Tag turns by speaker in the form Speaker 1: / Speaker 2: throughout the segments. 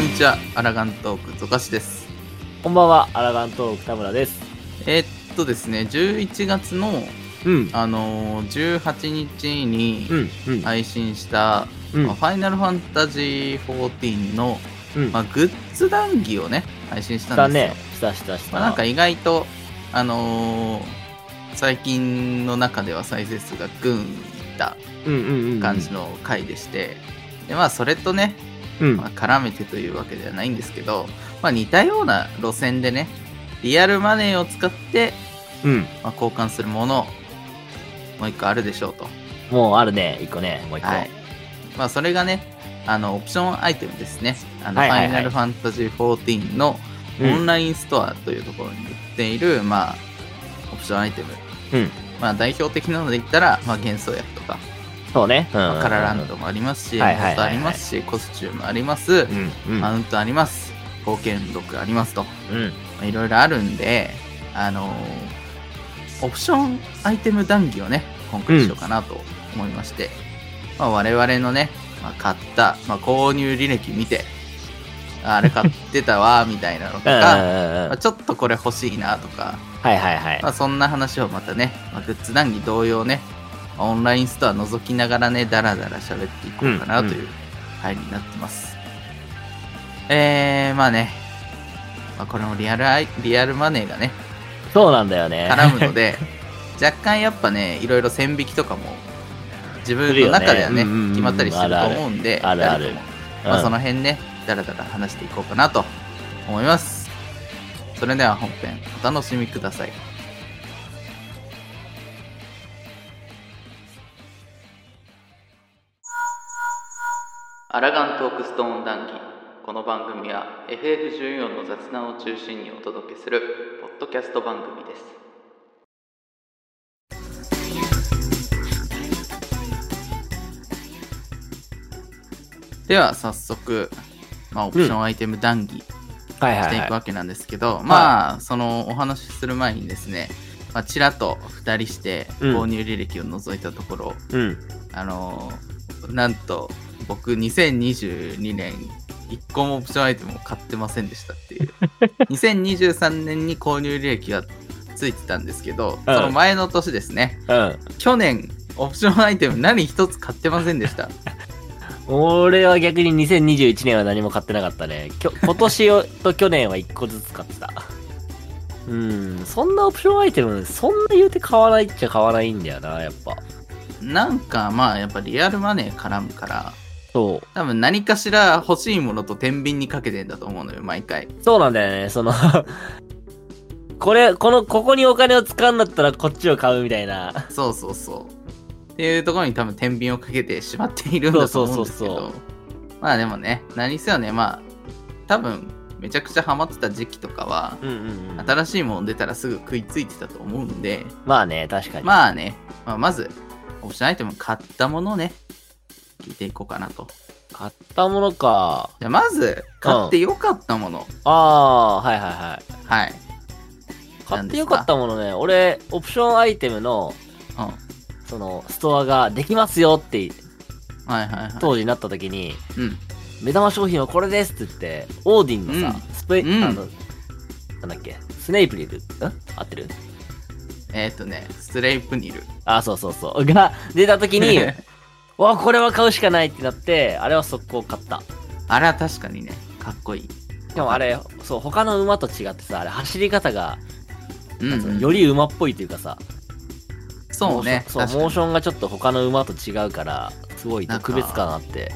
Speaker 1: んにちは、アラガントーク、ゾカシです。
Speaker 2: こんばんは、アラガントーク田村です。
Speaker 1: えーっとですね、11月の、
Speaker 2: うん。
Speaker 1: あのー18日に
Speaker 2: うん。うん。
Speaker 1: 配信した、
Speaker 2: うん
Speaker 1: まあファイナルファンタジー14の、
Speaker 2: うん。
Speaker 1: まあ、グッズ談義をね、配信し
Speaker 2: したた
Speaker 1: んですよ。
Speaker 2: ね。したしたした。
Speaker 1: まあ、なんか意外と、あのー最近の中では再生数がぐんいった
Speaker 2: うんうんうん。
Speaker 1: 感じ。の回でして、でまあ、それとね、
Speaker 2: うん。
Speaker 1: まあ、絡めてというわけではないんですけど、まあ、似たような路線でねリアルマネーを使って、
Speaker 2: うん。
Speaker 1: まあ、交換するものもう一個あるでしょうと、
Speaker 2: もうあるね。一個ね。もう一個。
Speaker 1: はいまあ、それがねあのオプションアイテムですねあの、
Speaker 2: はいはいはい
Speaker 1: ファイナルファンタジー14の
Speaker 2: う
Speaker 1: オ
Speaker 2: ん
Speaker 1: ンラインストアというところに売っている、まあ、オプションアイテム、
Speaker 2: うん。
Speaker 1: まあ、代表的なので言ったら、まあ、幻想薬とか、
Speaker 2: そうね。うん。
Speaker 1: まあカラーランドもありますし、
Speaker 2: はいはいはいは
Speaker 1: モンス
Speaker 2: い
Speaker 1: ターありますしコスチュームあります
Speaker 2: う、ん。うん。
Speaker 1: マウントあります冒険録ありますと
Speaker 2: うん。
Speaker 1: まあいろいろあるんで、あのーオプションアイテム談義をね、今回しようかなと思いまして、まあ、我々のね、まあ、買った、まあ、購入履歴見て、ああれ買ってたわ、みたいなのと
Speaker 2: うん。
Speaker 1: か、ま
Speaker 2: は
Speaker 1: あ、ちょっとこれ欲しいなとか、
Speaker 2: いはいはい
Speaker 1: ま。あ、そんな話をまたね、まあ、グッズ談義同様ね、まあオンラインストア覗きながらね、だらだら喋っていこうかな
Speaker 2: うん
Speaker 1: という回になってます。えー、まあね、まあ、これもリアルアイリアルマネーがね、
Speaker 2: そうなんだよね。
Speaker 1: 絡むので 若干やっぱねいろいろ線引きとかも自分の中ではね
Speaker 2: するよねうんうんうん
Speaker 1: 決まったりしてると思うんで
Speaker 2: あるある
Speaker 1: 二人とも
Speaker 2: うん
Speaker 1: まあ、その辺ねだらだら話していこうかなと思いますそれでは本編お楽しみくださいアラガントークストーン談義この番組は FF14 の雑談を中心にお届けするポッドキャスト番組ですでは早速、まあ、オプションアイテム談義
Speaker 2: はい
Speaker 1: し
Speaker 2: は
Speaker 1: て
Speaker 2: い
Speaker 1: いく
Speaker 2: は
Speaker 1: わけなんですけど、まあそのお話しする前にですね、まあ、ちらっと2人して
Speaker 2: うん
Speaker 1: 購入履歴を覗いたところ、
Speaker 2: い。うん。
Speaker 1: あのーなんと僕2022年1個もオプションアイテムを買ってませんでしたっていう2023年に購入履歴がついてたんですけどその前の年ですね、
Speaker 2: うん。
Speaker 1: 去年オプションアイテム何一つ買ってませんでした
Speaker 2: 俺は逆に2021年は何も買ってなかったね。き ょ今年をと去年は1個ずつ買ってた。うん、そんなオプションアイテム、そんな言うて買わないっちゃ買わないんだよな、やっぱ。
Speaker 1: なんかまあやっぱリアルマネー絡むから
Speaker 2: そ
Speaker 1: 多分何かしら欲しいものと天秤にかけてんだと思うのよ毎回
Speaker 2: う。そうなんだよね、その、 これ、この、ここにお金を使うんだったらこっちを買うみたいな。
Speaker 1: そうそうそう。っていうところに多分天秤をかけてしまっているんだと思うんですけど。
Speaker 2: そうそうそ
Speaker 1: まあでもね、何せよね、まあ、多分めちゃくちゃハマってた時期とかは、
Speaker 2: うんうん、うん。
Speaker 1: 新しいもの出たらすぐ食いついてたと思うんで、
Speaker 2: まあね、確かに。
Speaker 1: まあね、まあ、まず、オプションアイテム買ったものね、聞いていこうかなと。
Speaker 2: 買ったものか。
Speaker 1: じゃあまず、買ってよかったもの。
Speaker 2: ああ、はいはいはい。
Speaker 1: はい。
Speaker 2: 買ってよかったものね、俺、オプションアイテムの、
Speaker 1: うん。
Speaker 2: その、ストアができますよって
Speaker 1: はいはいはい。
Speaker 2: 当時になった時に、
Speaker 1: うん。
Speaker 2: 目玉商品はこれですって言って、オーディンのさ、スペ、
Speaker 1: うん
Speaker 2: あの、なんだっけ、スネイプリル、ん合ってる
Speaker 1: えっ、とね、スレイプニル。
Speaker 2: あ、そうそうそう。が、出た時に、わ、これは買うしかないってなって、あれは速攻買った。
Speaker 1: あれは確かにね、かっこいい。
Speaker 2: でもあれ、そう、他の馬と違ってさ、あれ走り方が、
Speaker 1: うん
Speaker 2: なんつうのより馬っぽいというかさ、
Speaker 1: そうね。
Speaker 2: モ
Speaker 1: 確か
Speaker 2: ーションそう、
Speaker 1: に
Speaker 2: モーションがちょっと他の馬と違うから、すごい特別感あって。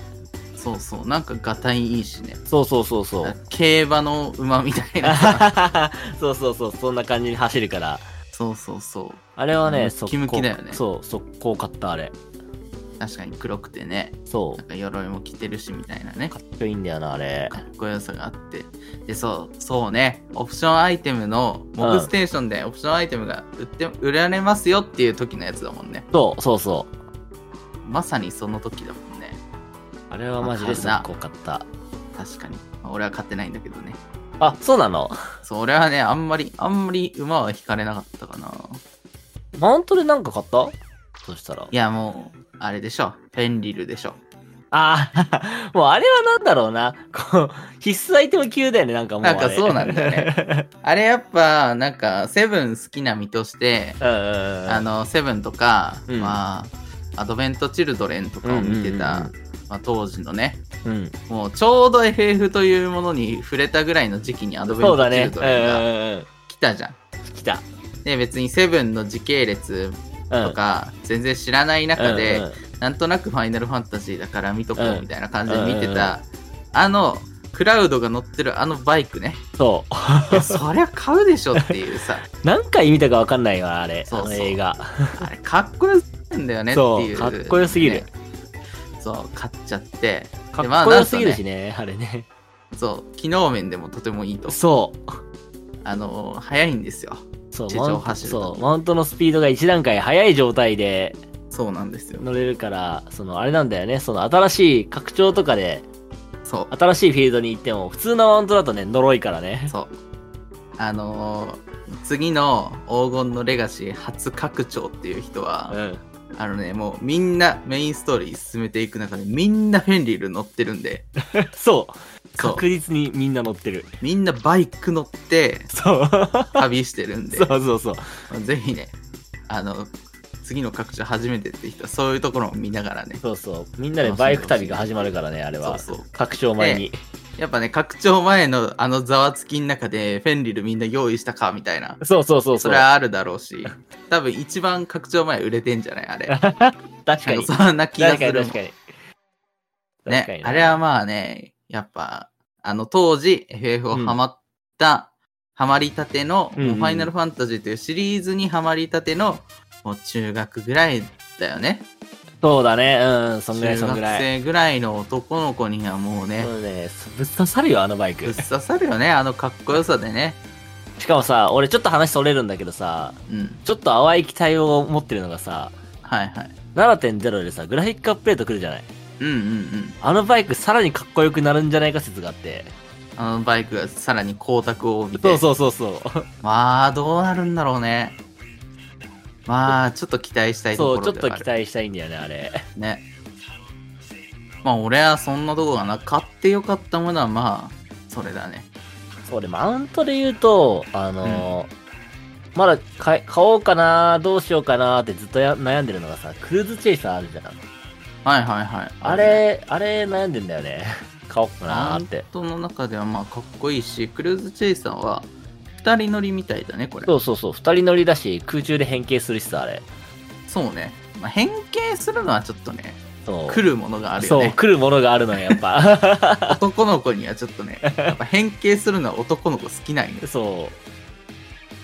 Speaker 1: そうそう。なんかガタイいいしね。
Speaker 2: そうそうそうそう。
Speaker 1: 競馬の馬みたいな。
Speaker 2: そうそうそう、そんな感じに走るから。
Speaker 1: そうそうそう。
Speaker 2: あれは
Speaker 1: ム
Speaker 2: ね、
Speaker 1: ッキムキだよね
Speaker 2: 速攻そう、速攻買ったあれ。
Speaker 1: 確かに黒くてね。
Speaker 2: そ
Speaker 1: なんか鎧も着てるしみたいなね。
Speaker 2: う。かっこいいんだよな、あれ。
Speaker 1: かっこよさがあって。で、そう、そうね。オプションアイテムの、モブステーションでオプションアイテムが売って、売られますよっていう時のやつだもんね。
Speaker 2: そう、そうそう。
Speaker 1: まさにその時だもんね。
Speaker 2: あれはマジで速攻買った。
Speaker 1: 確かに。まあ俺は買ってないんだけどね。
Speaker 2: あ、そうなの
Speaker 1: そう、俺はね、あんまり、あんまり馬は引かれなかったかな。
Speaker 2: マウントでなんか買ったそしたら
Speaker 1: い。や、もう、あれでしょ。フェンリルでしょ。
Speaker 2: ああ、 もうあれはなんだろうな。こう、必須アイテム級だよね、なんかもうあれ。
Speaker 1: なんかそうなんだよ
Speaker 2: ね。
Speaker 1: あれやっぱ、なんか、セブン好きな身として、
Speaker 2: うんうんうん。
Speaker 1: あの、セブンとか、
Speaker 2: うん
Speaker 1: まあ、アドベント・チルドレンとかを見てた、
Speaker 2: うんうん
Speaker 1: まあ、当時のね、
Speaker 2: うん、
Speaker 1: もうちょうど FF というものに触れたぐらいの時期にアドベン
Speaker 2: そ
Speaker 1: ト・
Speaker 2: うだ
Speaker 1: チ
Speaker 2: ね
Speaker 1: ル。
Speaker 2: う
Speaker 1: ド
Speaker 2: ん
Speaker 1: レン
Speaker 2: う
Speaker 1: が
Speaker 2: んうん。
Speaker 1: 来たじゃん。
Speaker 2: 来た。
Speaker 1: で、別にセブンの時系列
Speaker 2: うん。
Speaker 1: とか、全然知らない中で、
Speaker 2: うんうん
Speaker 1: なんとなくファイナルファンタジーだから見とこ
Speaker 2: う
Speaker 1: うんみたいな感じで見て
Speaker 2: うんうんうん
Speaker 1: た、あの、クラウドが乗ってるあのバイクね。
Speaker 2: そ
Speaker 1: いや、そりゃ買うでしょっていうさ、
Speaker 2: う。何回見たかわかんないわ、あれ。
Speaker 1: そうそう
Speaker 2: あの映画。
Speaker 1: あれかっこよすぎるんだよねっていう、
Speaker 2: そうかっこよすぎる
Speaker 1: ねそう、買っちゃって。
Speaker 2: か
Speaker 1: でまあ
Speaker 2: っこよすぎるしね、あれね。
Speaker 1: そう、機能面でもとてもいいと。
Speaker 2: そう。
Speaker 1: あのー、早いんですよ。
Speaker 2: そう
Speaker 1: 地
Speaker 2: マ
Speaker 1: 上
Speaker 2: ウント
Speaker 1: 走ると
Speaker 2: そうマウントのスピードが1段階速い状態で
Speaker 1: そうなんですよ。
Speaker 2: 乗れるからそのあれなんだよねその新しい拡張とかで
Speaker 1: そ
Speaker 2: 新しいフィールドに行っても普通のマウントだとね呪いから
Speaker 1: う、
Speaker 2: ね
Speaker 1: そう。あのー、次の黄金のレガシー初拡張っていう人は、
Speaker 2: うん
Speaker 1: あのね、もうみんなメインストーリー進めていく中でみんなフェンリル乗ってるんで、
Speaker 2: そう
Speaker 1: そう
Speaker 2: 確実にみんな乗ってる
Speaker 1: みんなバイク乗って
Speaker 2: そう
Speaker 1: 旅してるんで
Speaker 2: そ、うそうそう
Speaker 1: ぜひね、あの、次の拡張初めてって人はそういうところを見ながらね、
Speaker 2: そうそうみんなでバイク旅が始まるからねあれは
Speaker 1: そうそう
Speaker 2: 拡張前に、
Speaker 1: やっぱね、拡張前のあのざわつきの中でフェンリルみんな用意したかみたいな、
Speaker 2: そうそうそ
Speaker 1: そ
Speaker 2: うそう
Speaker 1: れはあるだろう し、多分一番拡張前売れてんじゃないあれ。
Speaker 2: 確か
Speaker 1: なん
Speaker 2: に
Speaker 1: かそんな気がす
Speaker 2: 確かに
Speaker 1: るもん
Speaker 2: 確かに確か
Speaker 1: ね
Speaker 2: に、な
Speaker 1: あれはまあね、やっぱ、あの当時 FF をハマった、ハマりたての、
Speaker 2: うんうん
Speaker 1: もうファイナルファンタジーというシリーズにハマりたての、もう中学ぐらいだよね。
Speaker 2: そうだねうんそんぐらいそん
Speaker 1: 中学
Speaker 2: ぐらい
Speaker 1: 生ぐらいの男の子にはもうね
Speaker 2: そ、うねぶっ刺さるよあのバイ
Speaker 1: ぶっ
Speaker 2: ク
Speaker 1: 刺さるよね、あのかっこよさでね。
Speaker 2: しかもさ俺ちょっと話それるんだけどさ
Speaker 1: うん。
Speaker 2: ちょっと淡い期待を持ってるのがさ
Speaker 1: はいはい。
Speaker 2: 7.0でさグラフィックアップデート来るじゃない
Speaker 1: うんうんうん。
Speaker 2: あのバイクさらにかっこよくなるんじゃないか説があって
Speaker 1: あのバイクがさらに光沢を帯びて。
Speaker 2: そうそうそうそう
Speaker 1: まあ、どうなるんだろうね。まあ、ちょっと期待したいと
Speaker 2: そ
Speaker 1: こ
Speaker 2: うち
Speaker 1: ろ
Speaker 2: ょっ
Speaker 1: で
Speaker 2: と
Speaker 1: はあ
Speaker 2: 期
Speaker 1: る
Speaker 2: 待したいんだよねあれ
Speaker 1: ね。まあ、俺はそんなとこがな。買ってよかったものは、まあ、それだね。
Speaker 2: そうでマウントで言うとあのーまだ買え買おうかなどうしようかなってずっとや悩んでるのがさクルーズチェイサーあるじゃん
Speaker 1: はいはいはい。
Speaker 2: あれあれ悩んでんだよね買おうか
Speaker 1: マ
Speaker 2: な
Speaker 1: ウ
Speaker 2: ー
Speaker 1: ン
Speaker 2: って
Speaker 1: トの中では、まあ、かっこいいし、クルーズチェイサーは、二人乗りみたいだね、これ。
Speaker 2: そうそうそう二人乗りだし空中で変形するしさあれ
Speaker 1: そうね。まあ、変形するのはちょっとね、
Speaker 2: そう
Speaker 1: 来るものがあるよ
Speaker 2: そう
Speaker 1: ね。
Speaker 2: 来るものがあるのよやっ ぱ
Speaker 1: 男の子にはちょっと ね、やっぱ変形するのは男の子好きなんよ。
Speaker 2: そう。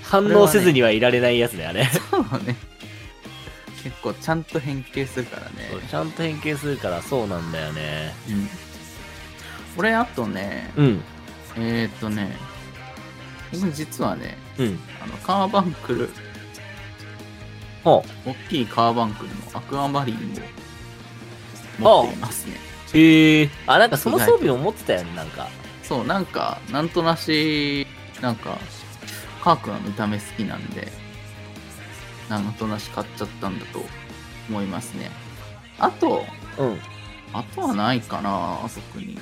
Speaker 2: 反応せずにはいられないやつだよね。
Speaker 1: そうね。 結構ちゃんと変形するからね。
Speaker 2: そうちゃんと変形するからそうなんだよね。
Speaker 1: うん。俺、あとね、
Speaker 2: うん。
Speaker 1: えー、っとね、僕実はね、
Speaker 2: うん。
Speaker 1: あの、カーバンクル、
Speaker 2: ほ
Speaker 1: 大きいカーバンクルのアクアマリンを持っていますね。
Speaker 2: う。へえ。あ、なんかその装備も持ってたよね、なんか。
Speaker 1: そう、なんか、なんとなし、なんか、カー君は見た目好きなんで、なんとなし買っちゃったんだと思いますね。あと、
Speaker 2: うん。
Speaker 1: あとはないかな、特に。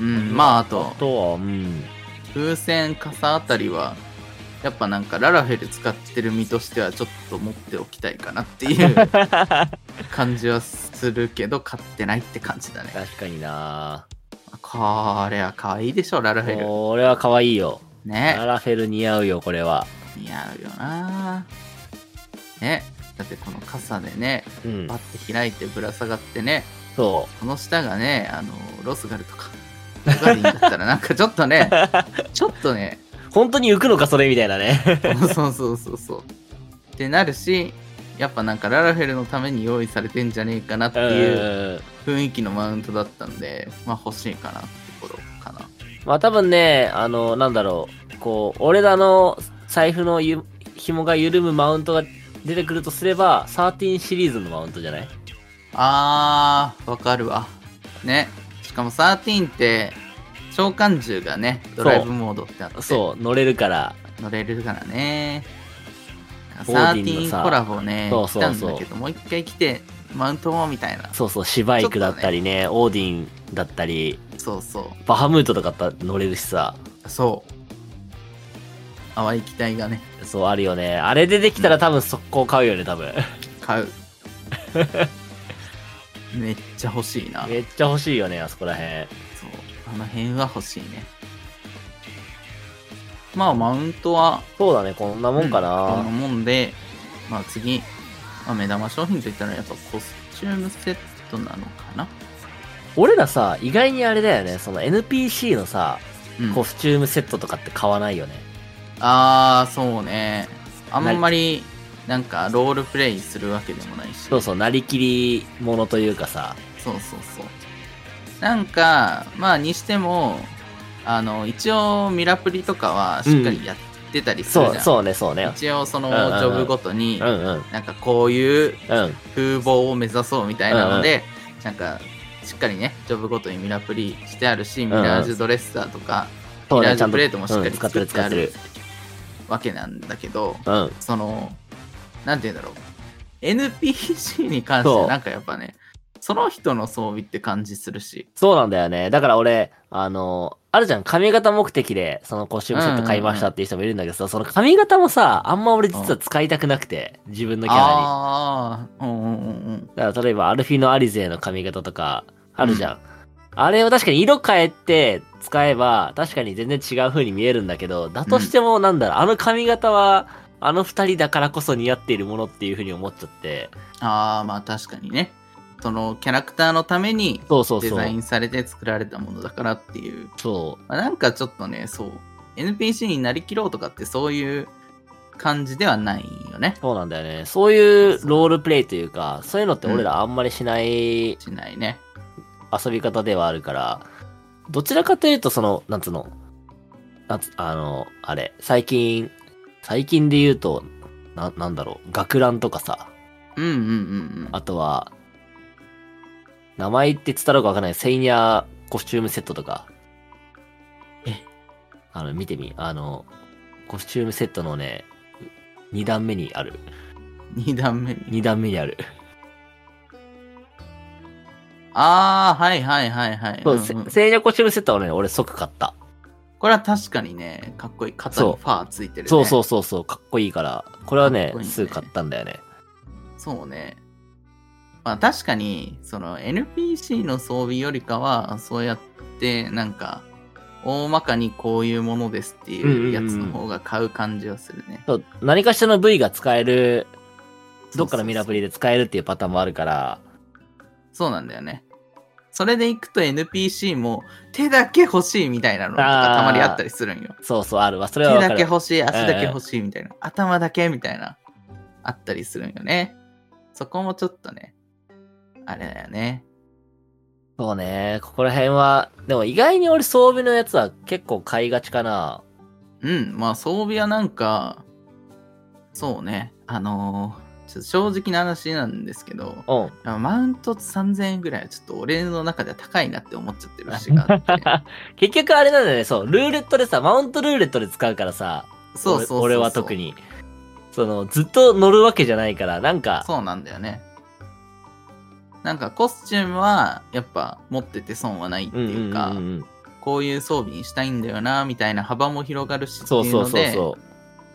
Speaker 1: うん、まああと
Speaker 2: あ、とは、うん。
Speaker 1: 風船傘あたりは、やっぱなんかララフェル使ってる身としてはちょっと持っておきたいかなって いう感じはするけど、買ってないって感じだね。
Speaker 2: 確かにな
Speaker 1: これは可愛いでしょ、ララフェル。
Speaker 2: これは可愛いよ。ラ
Speaker 1: ね。
Speaker 2: ラフェル似合うよ、これは。
Speaker 1: 似合うよなね。だってこの傘でね、
Speaker 2: うん
Speaker 1: パ。ッて開いてぶら下がってね、
Speaker 2: そ
Speaker 1: この下がね、あの、ロスガルとか、ロガリンだったらなんかちょっとね、ちょっとね、
Speaker 2: う。本当に浮くのか、それみたいなね。
Speaker 1: そうそうそうそう。ってなるし、やっぱなんかララフェルのために用意されてんじゃねえかなって
Speaker 2: う。
Speaker 1: いうん雰囲気のマウントだったんで、まあ欲しいかなってところかな。
Speaker 2: まあ多分ね、あの、なんだろう、こう、俺らの財布のゆ紐が緩むマウントが出てくるとすれば、13シリーズのマウントじゃない
Speaker 1: あー、わかるわ。ね。しかも13って、召喚獣がね、ドライブモードってあって、
Speaker 2: そう、乗れるから。
Speaker 1: 乗れるからね。
Speaker 2: オーディンのさ
Speaker 1: 13コラボね、
Speaker 2: そう
Speaker 1: 来
Speaker 2: そう
Speaker 1: た
Speaker 2: そうん
Speaker 1: だけど、もう一回来てマウントもみたいな。
Speaker 2: そうそう、シバイクだったりね、オーディンだったり、
Speaker 1: そうそ
Speaker 2: バハムートとかだったら乗れるしさ、
Speaker 1: う。そう。淡い期待がね、
Speaker 2: そうあるよね。あれ出てきたら多分速攻買うよね、多分。
Speaker 1: 買う。めっちゃ欲しいな。
Speaker 2: めっちゃ欲しいよね、あそこら辺。
Speaker 1: そう。あの辺は欲しいね。まあ、マウントは、
Speaker 2: そうだね、こんなもんか
Speaker 1: こんな
Speaker 2: な。
Speaker 1: もんで、まあ次、まあ、目玉商品といったらやっぱコスチュームセットなのかな、
Speaker 2: 俺らさ、意外にあれだよね、その NPC のさ、
Speaker 1: うん、
Speaker 2: コスチュームセットとかって買わないよね。
Speaker 1: ああ、そうね。あんまり、なんかロールプレイするわけでもないし。
Speaker 2: そうそう、なりきりものというかさ、
Speaker 1: そうそうそう。なんか、まあにしても、あの、一応ミラプリとかはしっかりやってたりするじゃん。
Speaker 2: そう、そうね、そうね。
Speaker 1: 一応その
Speaker 2: うんうんうん
Speaker 1: ジョブごとに
Speaker 2: うん、うん、
Speaker 1: なんかこういう
Speaker 2: うん。
Speaker 1: 風貌を目指そうみたいなので、なんかしっかりねジョブごとにミラプリしてあるし、
Speaker 2: ん
Speaker 1: ミラージュドレッサーとか
Speaker 2: そう
Speaker 1: ミラ
Speaker 2: ね、
Speaker 1: ー
Speaker 2: ち
Speaker 1: ジ
Speaker 2: ゃ
Speaker 1: ュ
Speaker 2: ん
Speaker 1: プ
Speaker 2: と、
Speaker 1: レートもしっか
Speaker 2: うん、
Speaker 1: り
Speaker 2: 使
Speaker 1: 作
Speaker 2: ってる
Speaker 1: って
Speaker 2: 使
Speaker 1: あ
Speaker 2: って
Speaker 1: る
Speaker 2: る。
Speaker 1: わけなんだけど
Speaker 2: うん。
Speaker 1: そのなんて言うんだろう NPC に関して
Speaker 2: そ
Speaker 1: は
Speaker 2: う
Speaker 1: なんかやっぱねその人の装備って感じするし
Speaker 2: そうなんだよね。だから俺、あの、あるじゃん、髪型目的で、そのコスチュームセット買いましたっていう人もいるんだけどさ、その髪型もさ、あんま俺実は使いたくなくて、自分のキャラに。
Speaker 1: ああうんうんうんうん
Speaker 2: だから例えばアルフィノ・アリゼの髪型とかあるじゃん。あれを確かに色変えて使えば確かに全然違う風に見えるんだけど、だとしてもなんだろう、あの髪型はあの二人だからこそ似合っているものっていう風に思っちゃって。
Speaker 1: ああまあ確かにねそのキャラクターのために
Speaker 2: そうそう
Speaker 1: デ
Speaker 2: そ
Speaker 1: ザイ
Speaker 2: う。
Speaker 1: ンされて作られたものだからっていう
Speaker 2: そ
Speaker 1: まあ、なんかちょっとね、そう、NPC になりきろうとかってそういう感じではないよね
Speaker 2: う。。そうなんだよね。そういうロールプレイというか、そういうのって俺らあんまりしない
Speaker 1: しないね。
Speaker 2: 遊び方ではあるから、どちらかというと、その、なんつうの、なんつ、あの、あれ、最近、最近で言うと、な、なんだろう、学ランとかさ、
Speaker 1: うんうんうんうん。
Speaker 2: あとは、名前って伝わるかわかんない、セイニャーコスチュームセットとか。
Speaker 1: え
Speaker 2: あの、見てみ、あの、コスチュームセットのね、2段目にある。
Speaker 1: 2段目に。
Speaker 2: 2段目にある。
Speaker 1: ああ、はいはいはいはい。
Speaker 2: そう、
Speaker 1: んん
Speaker 2: セセイニャーコスチュームセットはね、俺即買った。
Speaker 1: これは確かにね、かっこいい。肩にファーついてる、ね。。
Speaker 2: そうそううそうそう、かっこいいから、これはね
Speaker 1: かっ、こいいね
Speaker 2: すぐ買ったんだよね。
Speaker 1: そうね。まあ確かに、その NPC の装備よりかは、そうやって、なんか、大まかにこういうものですっていうやつの方が買う感じはするね。
Speaker 2: そう何かしらの部位が使える、どっかのミラプリで使えるっていうパターンもあるから、
Speaker 1: そうなんだよね。それで行くと NPC も手だけ欲しいみたいなのと
Speaker 2: あ
Speaker 1: か
Speaker 2: ー
Speaker 1: たまにあったりするんよ。
Speaker 2: そうそう、あるわ。そ
Speaker 1: 手
Speaker 2: れはわ
Speaker 1: だ
Speaker 2: か
Speaker 1: け
Speaker 2: る。
Speaker 1: 欲しい、足だけ欲しいみたいな、頭だけみたいな、あったりするんよね。そこもちょっとね、あれだよね。
Speaker 2: そうね、ここら辺は、でも意外に俺装備のやつは結構買いがちかな。
Speaker 1: うん、まあ装備はなんか、そうね、あのーちょっと正直な話なんですけど、
Speaker 2: うん。
Speaker 1: マウント3000円ぐらいはちょっと俺の中では高いなって思っちゃってる節があって。
Speaker 2: 結局あれなんだよね、そう、ルーレットでさ、マウントルーレットで使うからさ、
Speaker 1: そうそうそうそう
Speaker 2: 俺俺は特。に。その、ずっと乗るわけじゃないから、なんか、
Speaker 1: そうなんだよね。なんかコスチュームはやっぱ持ってて損はないって
Speaker 2: うんうん
Speaker 1: いうか、
Speaker 2: うんうん
Speaker 1: こういう装備にしたいんだよなみたいな幅も広がるしって
Speaker 2: そう
Speaker 1: いう
Speaker 2: そう
Speaker 1: の
Speaker 2: そう
Speaker 1: で
Speaker 2: そ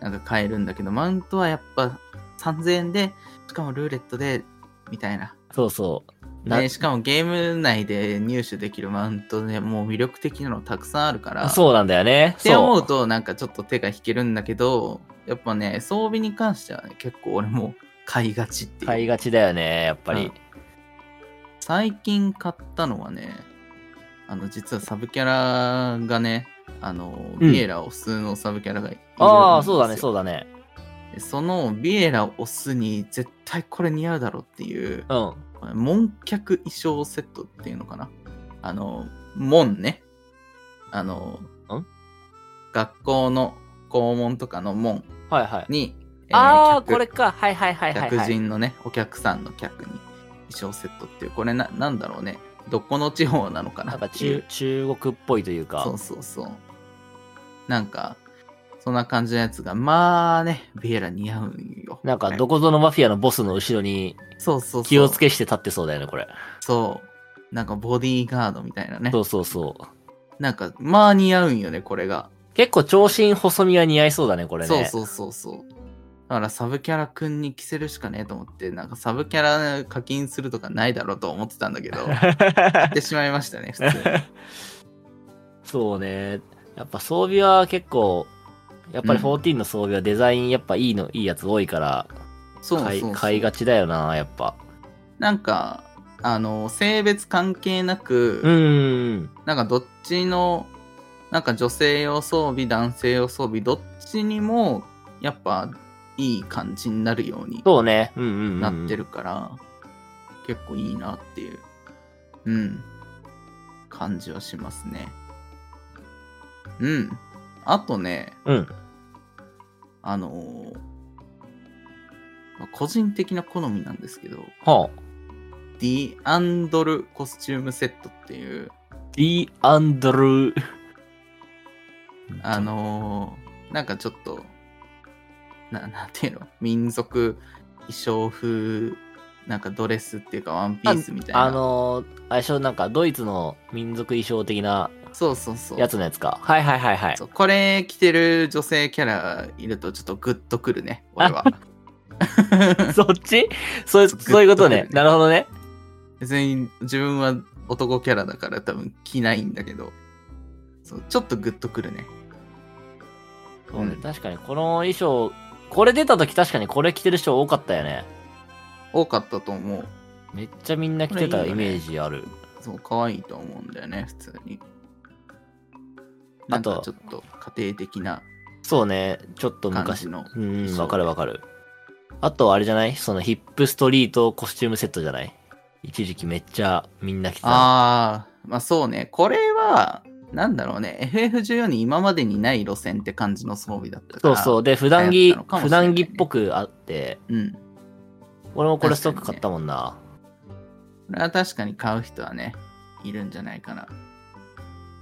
Speaker 2: う。
Speaker 1: なんか買えるんだけどマウントはやっぱ3000円でしかもルーレットでみたいな、
Speaker 2: そうそう。な
Speaker 1: ね、しかもゲーム内で入手できるマウントでもう魅力的なのたくさんあるから
Speaker 2: そうなんだよね。
Speaker 1: って思
Speaker 2: そう
Speaker 1: となんかちょっと手が引けるんだけどやっぱね装備に関しては、ね、結構俺も買いがちって
Speaker 2: う。
Speaker 1: いう
Speaker 2: 買いがちだよね、やっぱ
Speaker 1: うん
Speaker 2: り。
Speaker 1: 最近買ったのはねあの実はサブキャラがねあの、
Speaker 2: うん
Speaker 1: ビエラオスのサブキャラがいるんですよ
Speaker 2: ああ、そうだね、そうだね。
Speaker 1: でそのビエラオスに絶対これ似合うだろうっていう
Speaker 2: うん。
Speaker 1: 門脚衣装セットっていうのかなあの門ねあの
Speaker 2: ん
Speaker 1: 学校の校門とかの門
Speaker 2: はいはい。
Speaker 1: に、えー
Speaker 2: ああ、
Speaker 1: 客
Speaker 2: これか。はいはいはいはい、
Speaker 1: 客
Speaker 2: はい。
Speaker 1: 人のね、お客さんの客に衣装セットっていう、これな、なんだろうね、どこの地方なのかな
Speaker 2: なんか
Speaker 1: っていう
Speaker 2: 中中国っぽいというか。
Speaker 1: そうそうそう。なんか、そんな感じのやつが、まあね、ビエラ似合うんよ。
Speaker 2: なんか、どこぞのマフィアのボスの後ろに
Speaker 1: そうそうそう。
Speaker 2: 気をつけして立ってそうだよね、これ。
Speaker 1: そう。なんかボディーガードみたいなね
Speaker 2: そ。うそうそう。
Speaker 1: なんか、まあ似合うんよね、これが。
Speaker 2: 結構、長身細身が似合いそうだね、これね。
Speaker 1: そうそうそうそう。だからサブキャラくんに着せるしかねえと思って、なんかサブキャラ課金するとかないだろうと思ってたんだけ ど、やってしまいましたね、普通に。
Speaker 2: そうね。やっぱ装備は結構、やっぱり
Speaker 1: うん
Speaker 2: 14の装備はデザインやっぱいいの、いいやつ多いから、
Speaker 1: そうそう
Speaker 2: 買い
Speaker 1: そう
Speaker 2: 買いがちだよな、やっぱ。
Speaker 1: なんか、あの、性別関係な
Speaker 2: う
Speaker 1: く、
Speaker 2: ん。
Speaker 1: なんかどっちの、なんか女性用装備、男性用装備、どっちにも、やっぱいい感じになるように
Speaker 2: そうね。うんうん、うん。
Speaker 1: なってるから、結構いいなっていう、うん、感じはしますね。うん。あとね、
Speaker 2: うん。
Speaker 1: あのーまあ個人的な好みなんですけど、
Speaker 2: はあ。
Speaker 1: ディアンドルコスチュームセットっていう、
Speaker 2: ディアンドル。
Speaker 1: あ、のーなんかちょっと、ななんていうの、民族衣装風、なんかドレスっていうかワンピースみたいな。
Speaker 2: あのー、相性なんかドイツの民族衣装的な
Speaker 1: そうそうそう。
Speaker 2: やつのやつか。はいはいはいはい
Speaker 1: そ。うこれ着てる女性キャラいるとちょっとグッとくるね、俺は。
Speaker 2: そっちそういう、そういうことね。なるほどね。
Speaker 1: 別に自分は男キャラだから多分着ないんだけど、そうちょっとグッとくるね。
Speaker 2: そうね
Speaker 1: う。ん
Speaker 2: 確かに、この衣装、これ出た時確かにこれ着てる人多かったよね。
Speaker 1: 多かったと思う。
Speaker 2: めっちゃみんな着てた
Speaker 1: これいい
Speaker 2: イ
Speaker 1: よね
Speaker 2: メージある。
Speaker 1: そう、可愛いと思うんだよね、普通に。
Speaker 2: あと
Speaker 1: なんかちょっと家庭的な
Speaker 2: そうね。ちょっと
Speaker 1: 感
Speaker 2: 昔
Speaker 1: じ
Speaker 2: の。
Speaker 1: の。
Speaker 2: うん、
Speaker 1: そう
Speaker 2: わかるわかる。あと、あれじゃないそのヒップストリートコスチュームセットじゃない一時期めっちゃみんな着てた。
Speaker 1: ああ、まあそうね。これは、なんだろうね。FF14 に今までにない路線って感じの装備だったから。
Speaker 2: そうそう。で、普段着、
Speaker 1: 流行ったのかもしれ
Speaker 2: 普
Speaker 1: ないね
Speaker 2: 段着っぽくあって、
Speaker 1: う。うん。
Speaker 2: 俺もこれストック買ったもん な。
Speaker 1: これは確かに買う人はね、いるんじゃないかな。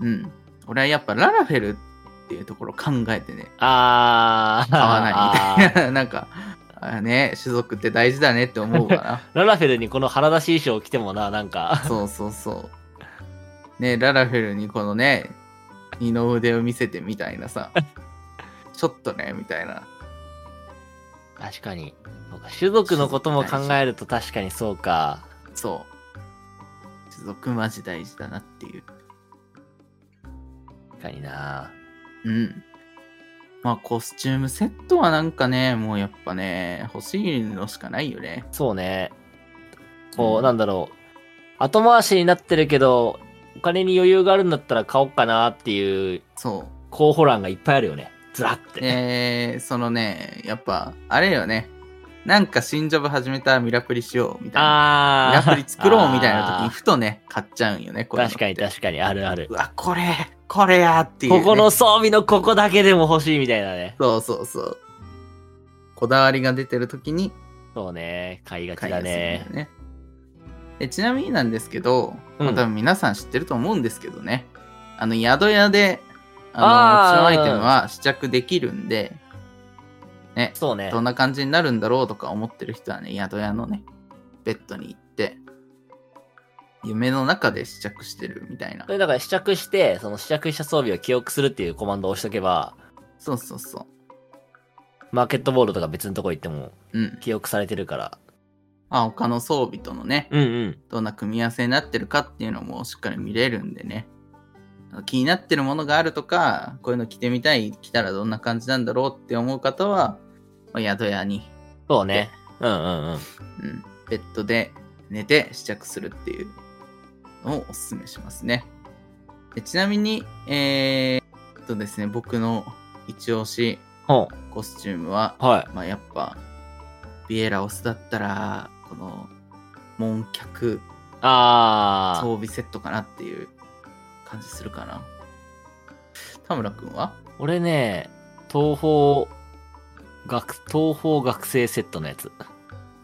Speaker 1: うん。俺はやっぱララフェルっていうところ考えてね、
Speaker 2: あー。
Speaker 1: 買わないみ
Speaker 2: あー
Speaker 1: たい な。なんか、あね、種族って大事だねって思うかな。
Speaker 2: ララフェルにこの腹出し衣装着てもな、なんか、
Speaker 1: そうそうそう。ね、ララフェルにこのね、二の腕を見せてみたいなさ、ちょっとね、みたいな。
Speaker 2: 確かに。そうか種族のことも考えると確かにそうか。
Speaker 1: そう。種族マジ大事だなっていう。
Speaker 2: 確かにな。
Speaker 1: うん。まあコスチュームセットはなんかね、もうやっぱね、欲しいのしかないよね。
Speaker 2: そうね。こう、
Speaker 1: うん
Speaker 2: なんだろう。後回しになってるけど、お金に余裕があるんだったら買おうかなっていう
Speaker 1: そ
Speaker 2: 候補欄がいっぱいあるよね。ずらっ
Speaker 1: う。
Speaker 2: て。
Speaker 1: で、そのね、やっぱ、あれよね。なんか新ジョブ始めたミラプリしようみたいな。ミラ
Speaker 2: あー。
Speaker 1: プリ作ろうみたいな時に
Speaker 2: あー
Speaker 1: ふとね、買っちゃうんよね、これ。
Speaker 2: 確かに確かに、あるある
Speaker 1: う。わ、これ、これやっていう、ね。
Speaker 2: ここの装備のここだけでも欲しいみたいなね。
Speaker 1: そうそうそう。こだわりが出てる時に
Speaker 2: そうね。買いがち
Speaker 1: 買いや
Speaker 2: だ
Speaker 1: すいんだよ
Speaker 2: ね。
Speaker 1: ね。でちなみになんですけど、
Speaker 2: うん
Speaker 1: まあ多分皆さん知ってると思うんですけどね、あの宿屋で、あの、
Speaker 2: あ
Speaker 1: オ
Speaker 2: ー
Speaker 1: プションアイテムは試着できるんで、ね、
Speaker 2: そうね
Speaker 1: ど。んな感じになるんだろうとか思ってる人はね、宿屋のね、ベッドに行って、夢の中で試着してるみたいな
Speaker 2: そ。れだから試着して、その試着した装備を記憶するっていうコマンドを押しとけば、
Speaker 1: そうそうそ
Speaker 2: マーケットボールとか別のとこ行っても
Speaker 1: う。うん。
Speaker 2: 記憶されてるから。
Speaker 1: まあ、他の装備とのね、
Speaker 2: うんうん。
Speaker 1: どんな組み合わせになってるかっていうのもしっかり見れるんでね。気になってるものがあるとか、こういうの着てみたい、着たらどんな感じなんだろうって思う方は、まあ宿屋に、
Speaker 2: そうね。うんうんう
Speaker 1: う
Speaker 2: ん。
Speaker 1: ん、ベッドで寝て試着するっていうのをおすすめしますね。でちなみに、えー、っとですね、僕の一押し
Speaker 2: ほ
Speaker 1: コスチュームは、
Speaker 2: う。はい。
Speaker 1: まあやっぱ、ビエラオスだったら、この、門脚
Speaker 2: あー。
Speaker 1: 装備セットかなっていう感じするかな。田村くんは
Speaker 2: 俺ね、東方、学、東方学生セットのやつ。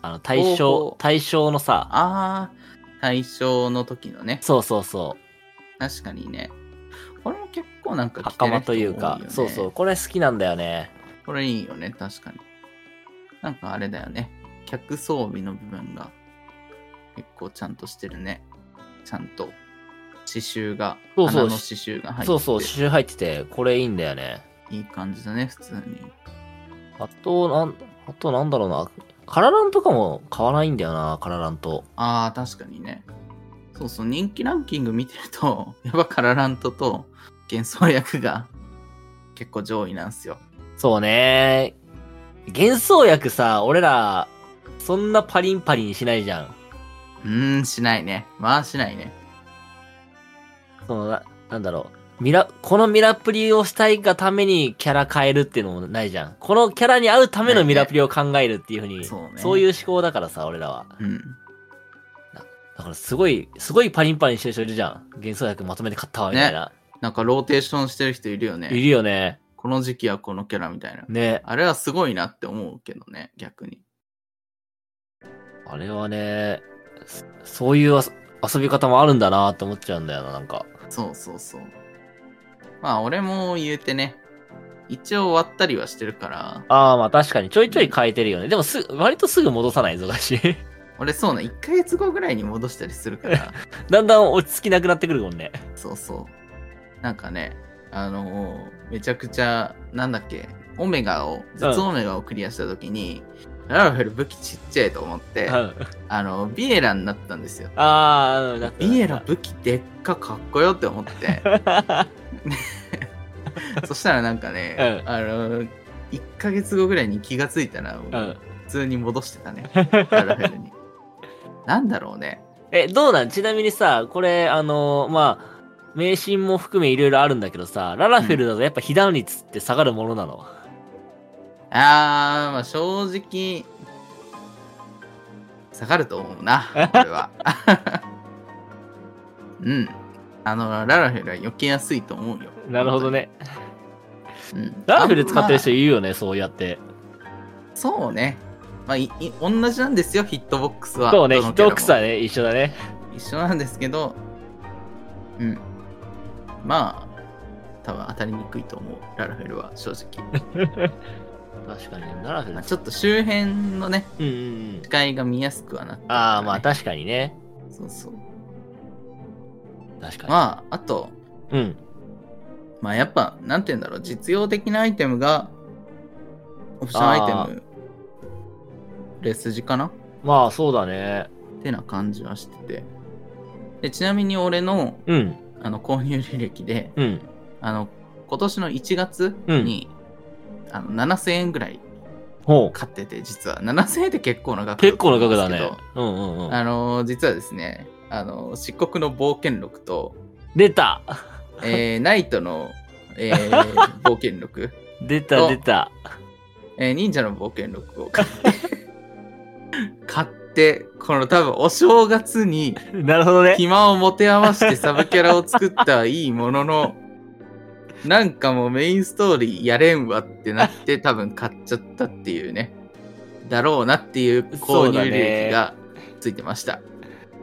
Speaker 2: あの、対
Speaker 1: 東
Speaker 2: 象
Speaker 1: 宝、
Speaker 2: 対象のさ、
Speaker 1: ああ、対象の時のね。
Speaker 2: そうそうそ
Speaker 1: 確かにね。ここれも結構なんか着てる人
Speaker 2: 袴というか、
Speaker 1: 多よね
Speaker 2: そうそう、これ好きなんだよね。
Speaker 1: これいいよね、確かに。なんかあれだよね。客装備の部分が結構ちゃんとしてるね。ちゃんと刺繍が、
Speaker 2: そうそう
Speaker 1: 花の刺繍が入って
Speaker 2: そうそう、刺繍入ってて、これいいんだよね。
Speaker 1: いい感じだね、普通に。
Speaker 2: あと、なん、あとなんだろうな。カラランとかも買わないんだよな、カラランと。
Speaker 1: ああ、確かにね。そうそう、人気ランキング見てると、 やっぱカララントと幻想役が結構上位なんすよ。
Speaker 2: そうね。幻想薬さ、俺ら、そんなパリンパリンしないじゃん。
Speaker 1: うーん、しないね。まあしないね。
Speaker 2: そのな、なんだろう。ミラ、このミラプリをしたいがためにキャラ変えるっていうのもないじゃん。このキャラに合うためのミラプリを考えるっていうふうに、
Speaker 1: そうね
Speaker 2: そういう思考だからさ、俺らは。
Speaker 1: うん。
Speaker 2: だからすごい、すごいパリンパリンしてる人いるじゃん。幻想薬まとめて買ったわ、みたいな。
Speaker 1: なんかローテーションしてる人いるよ
Speaker 2: い
Speaker 1: ね。
Speaker 2: るよね。
Speaker 1: この時期はこのキャラみたいな。
Speaker 2: ね。
Speaker 1: あれはすごいなって思うけどね、逆に。
Speaker 2: あれはね、そそういう遊遊び方もあるんだなって思っちゃうんだよな、なんか。
Speaker 1: そうそうそう。まあ俺も言うてね、一応割ったりはしてるから、
Speaker 2: ああ、まあ確かに、ちょいちょい変えてるよね。でもす、割とすぐ戻さないぞ、だし。
Speaker 1: 俺そうね、1ヶ月後ぐらいに戻したりするから、
Speaker 2: だんだん落ち着きなくなってくるもんね。
Speaker 1: そうそう。なんかね、あのーめちゃくちゃ、なんだっけ、オメガを、絶オメガをクリアした時に、ララフェル武器ちっちゃいと思っ
Speaker 2: う
Speaker 1: て、
Speaker 2: ん。
Speaker 1: あ
Speaker 2: あ
Speaker 1: の、ビエラになったんですよ。
Speaker 2: あー、うんだって
Speaker 1: ビエラ武器でっかかっこよって思 って。そしたらなんかね、
Speaker 2: う
Speaker 1: あの、1ヶ月後ぐらいに気がついたら、もう
Speaker 2: うん。
Speaker 1: 普通に戻してたね。ララフェルに。なんだろうね。
Speaker 2: え、どうなんちなみにさ、これ、あのーまあ、迷信も含めいろいろあるんだけどさ、ララフェルだとやっぱ被弾率って下がるものなの、
Speaker 1: あー、まあ正直、下がると思うな、これは。 うん。あの、ララフェルは避けやすいと思うよ。
Speaker 2: なるほど。ね。
Speaker 1: うん、
Speaker 2: ララフェル使ってる
Speaker 1: あんま
Speaker 2: 人いるよね、そうやって。
Speaker 1: そうね。まあ、いい同じなんですよ、ヒットボックスは。
Speaker 2: そうね、
Speaker 1: どのキャラ
Speaker 2: 一
Speaker 1: も
Speaker 2: 草ね、一緒だね。
Speaker 1: 一緒なんですけど、うん。まあ、多分当たりにくいと思う、ララフェルは、正直。
Speaker 2: 確かに、ララフェ
Speaker 1: まあ
Speaker 2: ル。
Speaker 1: ちょっと周辺のね、
Speaker 2: うんうんうん。
Speaker 1: 視界が見やすくはなってるからね、
Speaker 2: ああ、まあ確かにね。
Speaker 1: そうそう。
Speaker 2: 確かに。
Speaker 1: まあ、あと、
Speaker 2: うん。
Speaker 1: まあやっぱ、なんて言うんだろう、実用的なアイテムが、オプションアイテム、レスジかな
Speaker 2: まあそうだね。
Speaker 1: ってな感じはしてて。で、ちなみに俺の、
Speaker 2: うん。
Speaker 1: あの、購入履歴で、
Speaker 2: うん。
Speaker 1: あの、今年の1月に、あの7000円ぐらい
Speaker 2: ほう。
Speaker 1: 買ってて、実は。7000円って結構な額
Speaker 2: 結構な
Speaker 1: と思
Speaker 2: 額
Speaker 1: う
Speaker 2: だ
Speaker 1: んですけ
Speaker 2: ね
Speaker 1: ど。
Speaker 2: うんうんうん。
Speaker 1: あの、実はですね、あの、漆黒の冒険録と、
Speaker 2: 出た
Speaker 1: えーナイトの、え ー冒険録、
Speaker 2: 出た出 た。
Speaker 1: えー忍者の冒険録を買って、買って、この多分お正月に
Speaker 2: なるほどね。
Speaker 1: 暇を持て余してサブキャラを作ったはいいものの、なんかもうメインストーリーやれんわってなって多分買っちゃったっていうね、だろうなっていう購入履歴がついてました。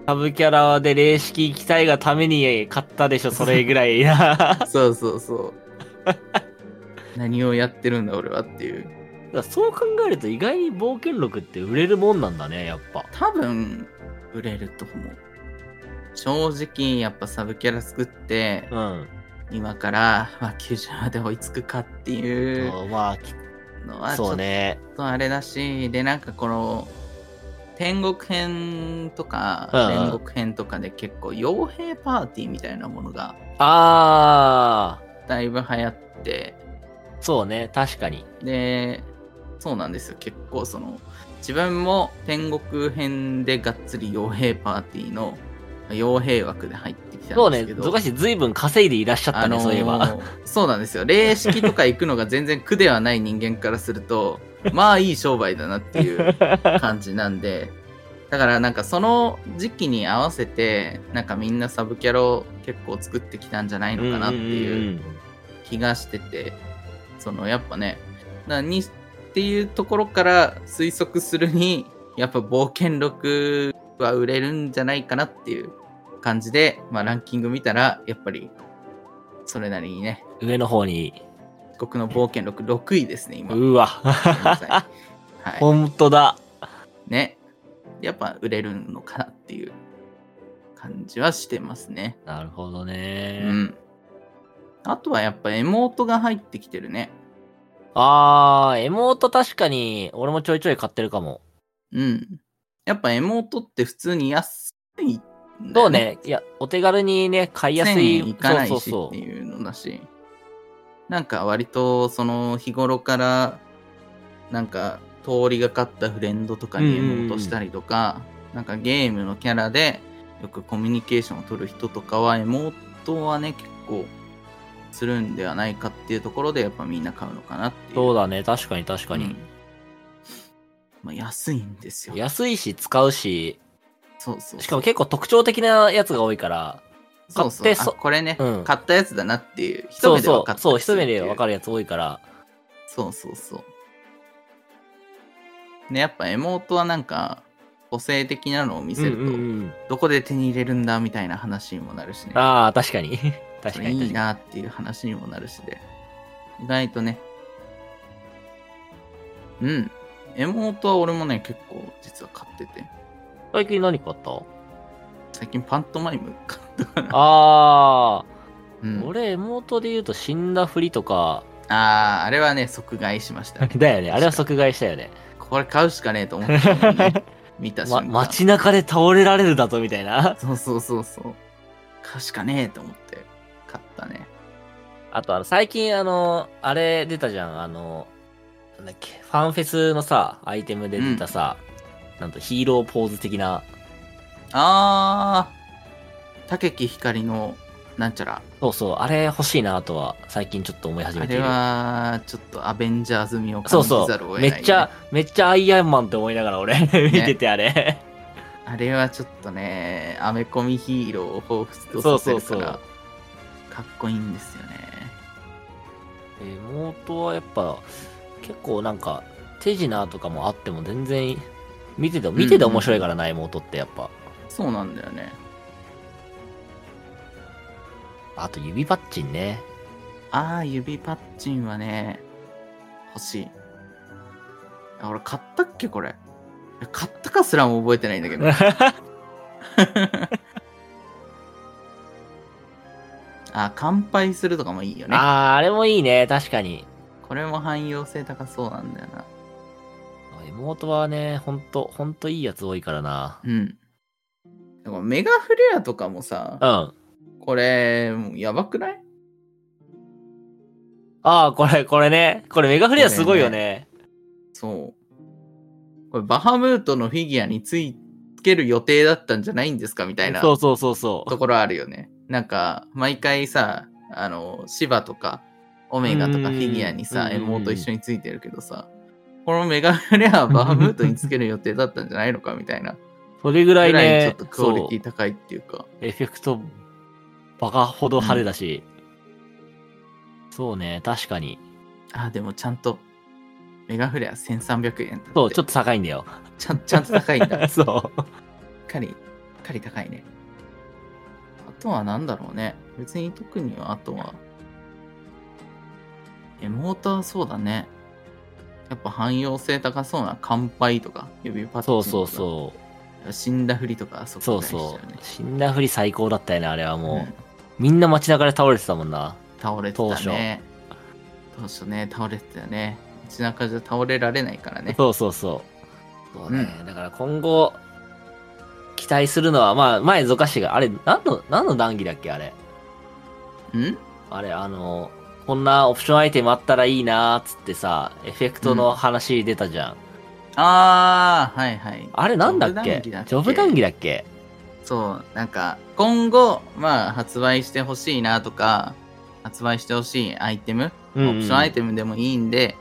Speaker 2: サブキャラで霊式行きたいがために買った でしょ、それぐらい な。
Speaker 1: そうそうそう。何をやってるんだ俺はっていう。
Speaker 2: そう考えると意外に冒険録って売れるもんなんだね、やっぱ。
Speaker 1: 多分売れると思う正直やっぱサブキャラ作って
Speaker 2: うん。
Speaker 1: 今から、まあ、90まで追いつくかっていう
Speaker 2: そうまあき、
Speaker 1: のはちょ
Speaker 2: そう
Speaker 1: っ
Speaker 2: ね。
Speaker 1: とあれだし、でなんかこの天国編とか、
Speaker 2: うんうん
Speaker 1: 天国編とかで結構傭兵パーティーみたいなものが
Speaker 2: あ
Speaker 1: だいぶ流行って
Speaker 2: ー、そうね、確かに。
Speaker 1: でそうなんですよ結構その自分も天国編でがっつり傭兵パーティーのまあ傭兵枠で入ってき
Speaker 2: そ
Speaker 1: た
Speaker 2: うん
Speaker 1: で
Speaker 2: ね、
Speaker 1: すけど
Speaker 2: ゾカシ随分稼いでいらっしゃったね、そうい えば。
Speaker 1: ーそうなんですよ霊式とか行くのが全然苦ではない人間からする とまあいい商売だなっていう感じなんでだからなんかその時期に合わせてなんかみんなサブキャラを結構作ってきたんじゃないのかなって
Speaker 2: ん
Speaker 1: いうん
Speaker 2: んん
Speaker 1: 気がしててそのやっぱねなにっていうところから推測するにやっぱ冒険録は売れるんじゃないかなっていう感じで、まあ、ランキング見たらやっぱりそれなりにね、
Speaker 2: 上の方に。
Speaker 1: 四国の冒険録6位ですね、今。
Speaker 2: うわ。
Speaker 1: 現在は
Speaker 2: ほんとだ。
Speaker 1: い。ね。やっぱ売れるのかなっていう感じはしてますね。
Speaker 2: なるほど
Speaker 1: う
Speaker 2: ね。
Speaker 1: ん。あとはやっぱ妹が入ってきてるね。
Speaker 2: あー、妹確かに、俺もちょいちょい買ってるかも。
Speaker 1: うん。やっぱ妹って普通に安いんだよ、
Speaker 2: そうね。いや、お手軽にね、買いやす
Speaker 1: 1000
Speaker 2: い。
Speaker 1: 円いかない
Speaker 2: そう
Speaker 1: し
Speaker 2: そ
Speaker 1: っ
Speaker 2: う
Speaker 1: て
Speaker 2: そう。
Speaker 1: いうのだしなんか割とその日頃からなんか通りがかったフレンドとかに妹したりとか、なんかゲームのキャラでよくコミュニケーションを取る人とかは妹はね結構するんではないかっていうところでやっぱみんな買うのかなっていう
Speaker 2: そう
Speaker 1: だ
Speaker 2: だね。確かに確かに。
Speaker 1: まあ、安いんですよ
Speaker 2: 安いし、使うし、
Speaker 1: そうそう
Speaker 2: しかも結構特徴的なやつが多いから、
Speaker 1: そう
Speaker 2: 買
Speaker 1: そう
Speaker 2: ってそ
Speaker 1: あこれね、
Speaker 2: うん
Speaker 1: 買ったやつだなっていう一
Speaker 2: そう
Speaker 1: 目で
Speaker 2: そ
Speaker 1: 分かった
Speaker 2: う、そう、一目で
Speaker 1: 分
Speaker 2: わかるやつ多いから、
Speaker 1: そうそうそう。ね、やっぱ妹はなんか、個性的なのを見せ
Speaker 2: うんうん
Speaker 1: ると、
Speaker 2: うん
Speaker 1: どこで手に入れるんだみたいな話にもなるしね。
Speaker 2: ああ、確かに。 確
Speaker 1: そ
Speaker 2: か
Speaker 1: れ
Speaker 2: に
Speaker 1: い
Speaker 2: 確
Speaker 1: い
Speaker 2: か
Speaker 1: なっていう話にもなるしで。意外とね。うん。妹は俺もね、結構実は買ってて。
Speaker 2: に。最近何 買った
Speaker 1: 最近パントマイム買ったかな。
Speaker 2: ああ、
Speaker 1: うん、
Speaker 2: 俺、妹で言うと死んだふりとか、
Speaker 1: あー、あれはね、即買いしました。
Speaker 2: だよね。あれは即買いしたよね。
Speaker 1: これ買うしかねえと思ったのにね見た瞬 間。
Speaker 2: ま、街中で倒れられるだと、みたいな。
Speaker 1: そうそうそうそう。買うしかねえと思って買ったね。
Speaker 2: あと、あの、最近、あの、あれ出たじゃん、あの、なんだっけ、ファンフェスのさ、アイテムで出たさ、なんとヒーローポーズ的な、
Speaker 1: あー、竹木ひかりのなんちゃら。
Speaker 2: そうそう、あれ欲しいなとは、最近ちょっと思い始
Speaker 1: あ
Speaker 2: めてい
Speaker 1: れ
Speaker 2: る。
Speaker 1: は、ちょっとアベンジャーズ味を感
Speaker 2: そう
Speaker 1: じ
Speaker 2: そ
Speaker 1: ざるを
Speaker 2: う、
Speaker 1: 得ない、ね
Speaker 2: めっちゃ。、めっちゃアイアンマンって思いながら俺、見ててあれ。
Speaker 1: あれはちょっとね、アメコミヒーローを彷彿と
Speaker 2: そう
Speaker 1: させ
Speaker 2: そ
Speaker 1: るか
Speaker 2: うそう
Speaker 1: ら、かっこいいんですよね。
Speaker 2: 妹はやっぱ、結構なんか、手品とかもあっても全然、見てて、見てて面白いからな、妹ってやっぱ。
Speaker 1: そうなんだよね。
Speaker 2: あと指パッチンね。
Speaker 1: あー、指パッチンはね、欲しい。あ、俺買ったっけこれ。いや買ったかすらも覚えてないんだけど。 あ、乾杯するとかもいいよね。
Speaker 2: あー、あれもいいね、確かに。
Speaker 1: これも汎用性高そうなんだよな。
Speaker 2: 妹はね、ほんと、ほんといいやつ多いからな。
Speaker 1: うん。でもメガフレアとかもさ
Speaker 2: う、ん。
Speaker 1: これ、もうやばくない
Speaker 2: ああ、これ、これね。これメガフレアすごいよね。
Speaker 1: そう。これ、バハムートのフィギュアについける予定だったんじゃないんですかみたいな
Speaker 2: そ う
Speaker 1: と
Speaker 2: そうそうそう。
Speaker 1: ころあるよね。なんか、毎回さ、あの、シバとか、オメガとかフィギュアに
Speaker 2: う
Speaker 1: さ、
Speaker 2: ん
Speaker 1: 妹一緒についてるけどさ、このメガフレアはバハムートにつける予定だったんじゃないのかみたい な。
Speaker 2: それぐらい
Speaker 1: ぐらいちょ
Speaker 2: ね
Speaker 1: っと、クオ
Speaker 2: そ
Speaker 1: リ
Speaker 2: う
Speaker 1: テ、ィ高いっていうか。
Speaker 2: エフェクト、バカほど派手だし。そうね、確かに。
Speaker 1: あ、でもちゃんと、メガフレア1300円だって。
Speaker 2: そう、ちょ
Speaker 1: っ
Speaker 2: っと高いんだ よ。
Speaker 1: と。ちゃんちゃんと高いんだ。し
Speaker 2: そう。
Speaker 1: っかり、しっかり高いね。あとは何だろうね。別に特には、あとは。え、モーターそうだね。やっぱ汎用性高そうな乾杯とか、指パッチン
Speaker 2: そ
Speaker 1: と
Speaker 2: う
Speaker 1: か。
Speaker 2: そうそう。
Speaker 1: う。死んだふりとか、そ
Speaker 2: そう
Speaker 1: こぐらい
Speaker 2: そ
Speaker 1: で
Speaker 2: う。
Speaker 1: し
Speaker 2: 死んだふり最高だったよね、あれは
Speaker 1: たよ
Speaker 2: も
Speaker 1: ね
Speaker 2: う。みんな街中で倒れてたもんな。
Speaker 1: うん倒れてたね。当初ね、倒れてたよね。街中じゃ倒れられないからね。
Speaker 2: そうそうそう。そうね。だから今後、期待するのは、まあ、前、ゾカシが、あれ、何の、何の談義だっけ、あれ。
Speaker 1: うん
Speaker 2: あれ、あの、こんなオプションアイテムあったらいいなーっつってさ、エフェクトの話出たじゃん。
Speaker 1: ああ、はいはい。
Speaker 2: あれなんだっ
Speaker 1: ジョブ談
Speaker 2: け
Speaker 1: 義だっけ
Speaker 2: ジョブ談義だっけ
Speaker 1: そう、なんか、今後、まあ、発売してほしいなとか、発売してほしいアイテム、オプションアイテムでもいいんで、